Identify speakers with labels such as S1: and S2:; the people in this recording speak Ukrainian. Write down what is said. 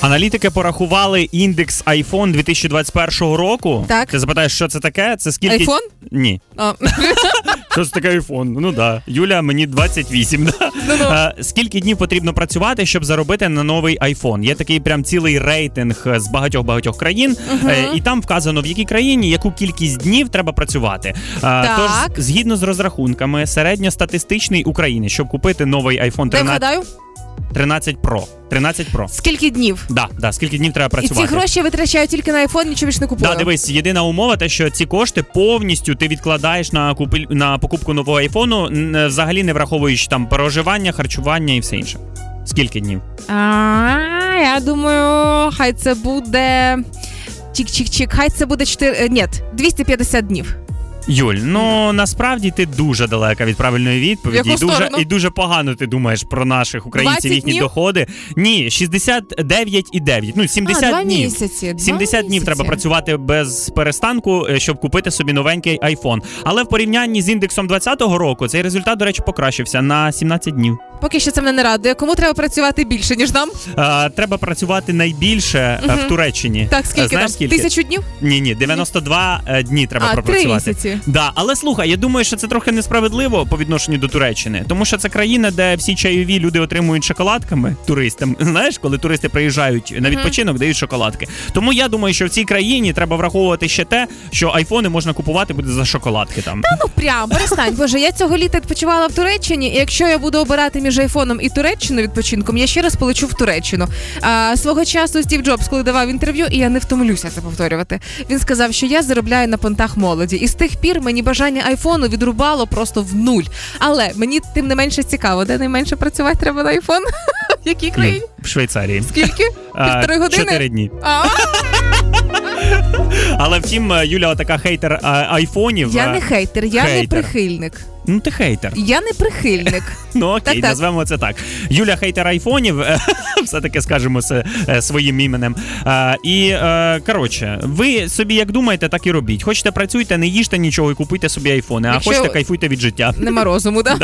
S1: Аналітики порахували індекс iPhone 2021 року.
S2: Так.
S1: Ти запитаєш, що це таке? Це скільки
S2: Айфон?
S1: Ні.
S2: А, ну,
S1: Що це таке айфон? Ну да. Юля, мені 28.
S2: Ну.
S1: Да? Е, скільки днів потрібно працювати, щоб заробити на новий айфон? Є такий прям цілий рейтинг е, з багатьох багатьох країн, е, і там вказано в якій країні яку кількість днів треба працювати. Е,
S2: Так.
S1: Тож, згідно з розрахунками, середньостатистичний українець, щоб купити новий айфон
S2: Дай
S1: 13,
S2: вгадаю,
S1: 13 Pro. 13 Pro.
S2: скільки днів?
S1: Да, да, скільки днів треба
S2: І
S1: працювати?
S2: ці гроші я витрачаю тільки на айфон, нічого більше не купую.
S1: Да, дивись, єдина умова, те, що ці кошти повністю ти відкладаєш на купіль на покупку нового айфону, н- е, взагалі не враховуючи там проживання, харчування і все інше. Скільки днів?
S2: А, я думаю, хай це буде. Чік-чік-чік, хай це буде 4... е, Ні, 250 днів.
S1: Юль, ну насправді ти дуже далека від правильної відповіді.
S2: В яку
S1: і дуже
S2: сторону?
S1: і дуже погано ти думаєш про наших українців
S2: 20
S1: їхні
S2: днів?
S1: доходи. Ні, 69,9, Ну 70
S2: а, два
S1: днів.
S2: місяці. два
S1: 70 днів
S2: місяці.
S1: треба працювати без перестанку, е, щоб купити собі новенький айфон. Але в порівнянні з індексом 2020 року цей результат, до речі, покращився на 17 днів.
S2: Поки що це мене не радує. Кому треба працювати більше, ніж нам?
S1: Е, треба працювати найбільше е, в Туреччині.
S2: Так, скільки
S1: Е, Знаєш
S2: там?
S1: скільки?
S2: Тисячу днів?
S1: Ні, ні, 92 е, дні треба
S2: А, три
S1: пропрацювати.
S2: місяці.
S1: Да, але слухай, я думаю, що це трохи несправедливо по відношенню до Туреччини, тому що це країна, де всі чайові люди отримують шоколадками туристам. Знаєш, коли туристи приїжджають на відпочинок, дають шоколадки. Тому я думаю, що в цій країні треба враховувати ще те, що айфони можна купувати буде за шоколадки там.
S2: Ну прям перестань. Боже, я цього літа відпочивала в Туреччині, і якщо я буду обирати між айфоном і Туреччиною відпочинком, я ще раз полечу в Туреччину. А, свого часу Стів Джобс, коли давав інтерв'ю, і я не втомлюся це повторювати. Він сказав, що я заробляю на понтах молоді, і з тих пір мені бажання айфону відрубало просто в нуль. Але мені тим не менше цікаво, де найменше працювати треба на айфон. В якій країні?
S1: В Швейцарії.
S2: Скільки?
S1: Е,
S2: Півтори години?
S1: Чотири дні.
S2: А,
S1: Але втім, е, Юля, така хейтер е, айфонів.
S2: я
S1: е,
S2: не хейтер, я не
S1: Хейтер.
S2: прихильник.
S1: Ну ти хейтер.
S2: Я не прихильник.
S1: Ну окей,
S2: Так-так.
S1: назвемо це так. Юля хейтер айфонів, все таки скажемо це е, своїм іменем. Е, І е, коротше, ви собі як думаєте, так і робіть. Хочете працюйте, не їжте нічого і купуйте собі айфони, а
S2: Якщо-
S1: хочете кайфуйте від життя.
S2: Нема розуму, да?